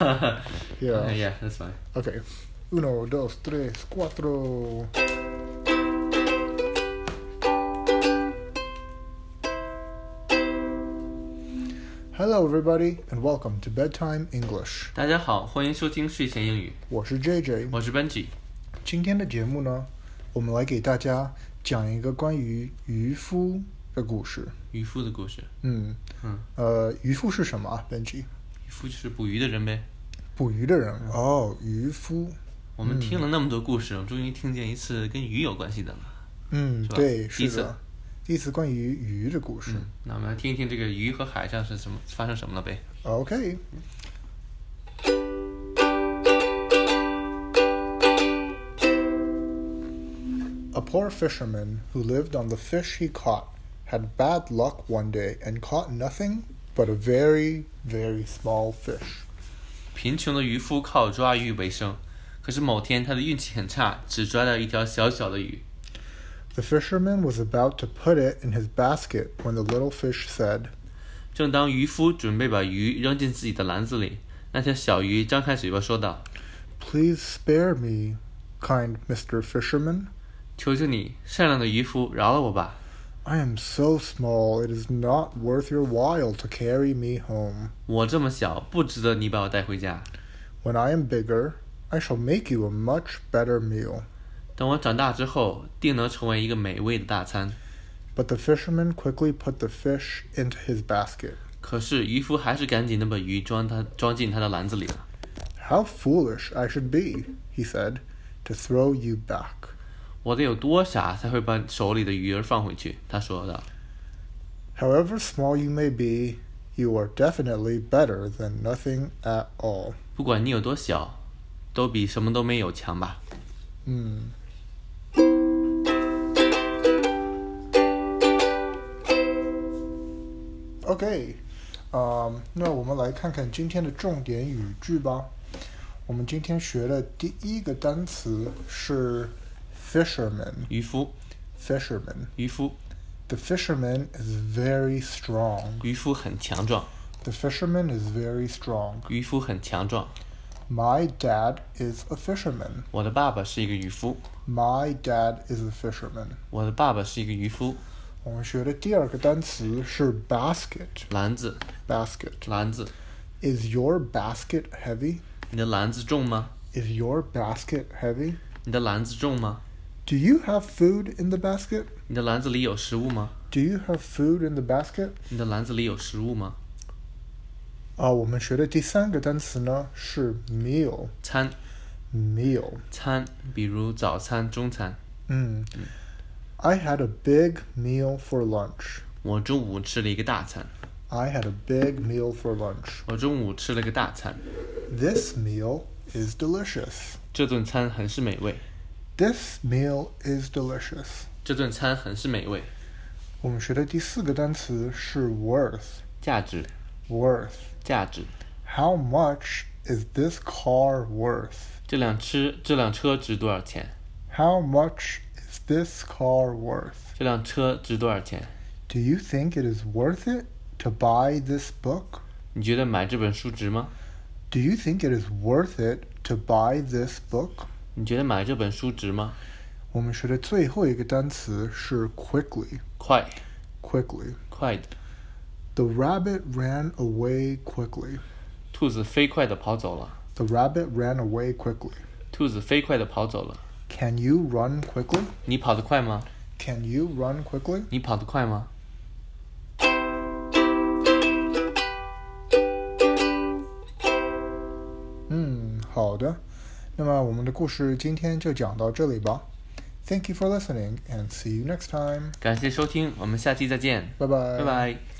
Yeah. yeah, that's fine. Okay. Uno, dos, tres, cuatro. Hello, everybody, and welcome to Bedtime English. 大家好，欢迎收听睡前英语，我是 JJ。我是 Benji。今天的节目呢，我们来给大家讲一个关于渔夫的故事。渔夫的故事，嗯，嗯，呃，渔夫是什么啊？Benji，渔夫就是捕鱼的人呗。捕鱼的人哦，渔夫。我们听了那么多故事，我终于听见一次跟鱼有关系的了。嗯，是吧对，第一是次的，第一次关于鱼的故事。嗯，那我们来听一听这个鱼和海上是什么发生什么了呗。 Okay. A poor fisherman who lived on the fish he caught had bad luck one day and caught nothing but a very, very small fish. 贫穷的渔夫靠抓鱼为生，可是某天他的运气很差，只抓到一条小小的鱼。 The fisherman was about to put it in his basket when the little fish said, 正当渔夫准备把鱼扔进自己的篮子里，那条小鱼张开嘴巴说道 Please spare me, kind Mr. Fisherman.：“ 求求你，善良的渔夫，饶了我吧！ I am so small, it is not worth your while to carry me home. 我这么小，不值得你把我带回家。 When I am bigger, I shall make you a much better meal. 等我长大之后，定能成为一个美味的大餐。 But the fisherman quickly put the fish into his basket. 可是渔夫还是赶紧的把鱼装他装进他的篮子里了。 How foolish I should be, he said, to throw you back. 我得有多傻才会把手里的鱼儿放回去？他说道。 However small you may be, you are definitely better than nothing at all. 不管你有多小，都比什么都没有强吧。 Hmm. OK，啊、um, 那我们来看看今天的重点语句吧。我们今天学的第一个单词是 fisherman。渔夫， fisherman。渔夫， The fisherman is very strong. 渔夫很强壮， The fisherman is very strong. 渔夫很强壮。 My dad is a fisherman. 我的爸爸是一个渔夫， My dad is a fisherman. 我的爸爸是一个渔夫。我们学的第二个单词是 basket。篮子， basket. 篮子， Is your basket heavy? 你的篮子重吗？ Is your basket heavy? 你的篮子重吗？ Do you have food in the basket? 你的篮子里有食物吗？ Do you have food in the basket? 你的篮子里有食物吗？啊、我们学的第三个单词呢是 meal 餐， meal。餐，比如早餐、中餐。嗯，I had a big meal for lunch. 我中午吃了一个大餐， I had a big meal for lunch. 我中午吃了个大餐， This meal is delicious. 这顿餐很是美味， This meal is delicious. 这顿餐很是美味，我们学的第四个单词是 worth 价值， worth。价值， How much is this car worth? 这辆吃这辆车值多少钱？ How much is this car worth? 这辆车值多少钱？ Do you think it is worth it to buy this book? 你觉得买这本书值吗？ Do you think it is worth it to buy this book? 你觉得买这本书值吗？我们学的最后一个单词是 quickly. 快， Quickly. 快的， The rabbit ran away quickly. 兔子飞快的跑走了， The rabbit ran away quickly. 兔子飞快的跑走了。 Can you run quickly? 你跑得快吗？ Can you run quickly? 你跑得快吗？嗯，Hmm, 好的。那么我们的故事今天就讲到这里吧。Thank you for listening and see you next time. 感谢收听，我们下期再见，拜拜。拜拜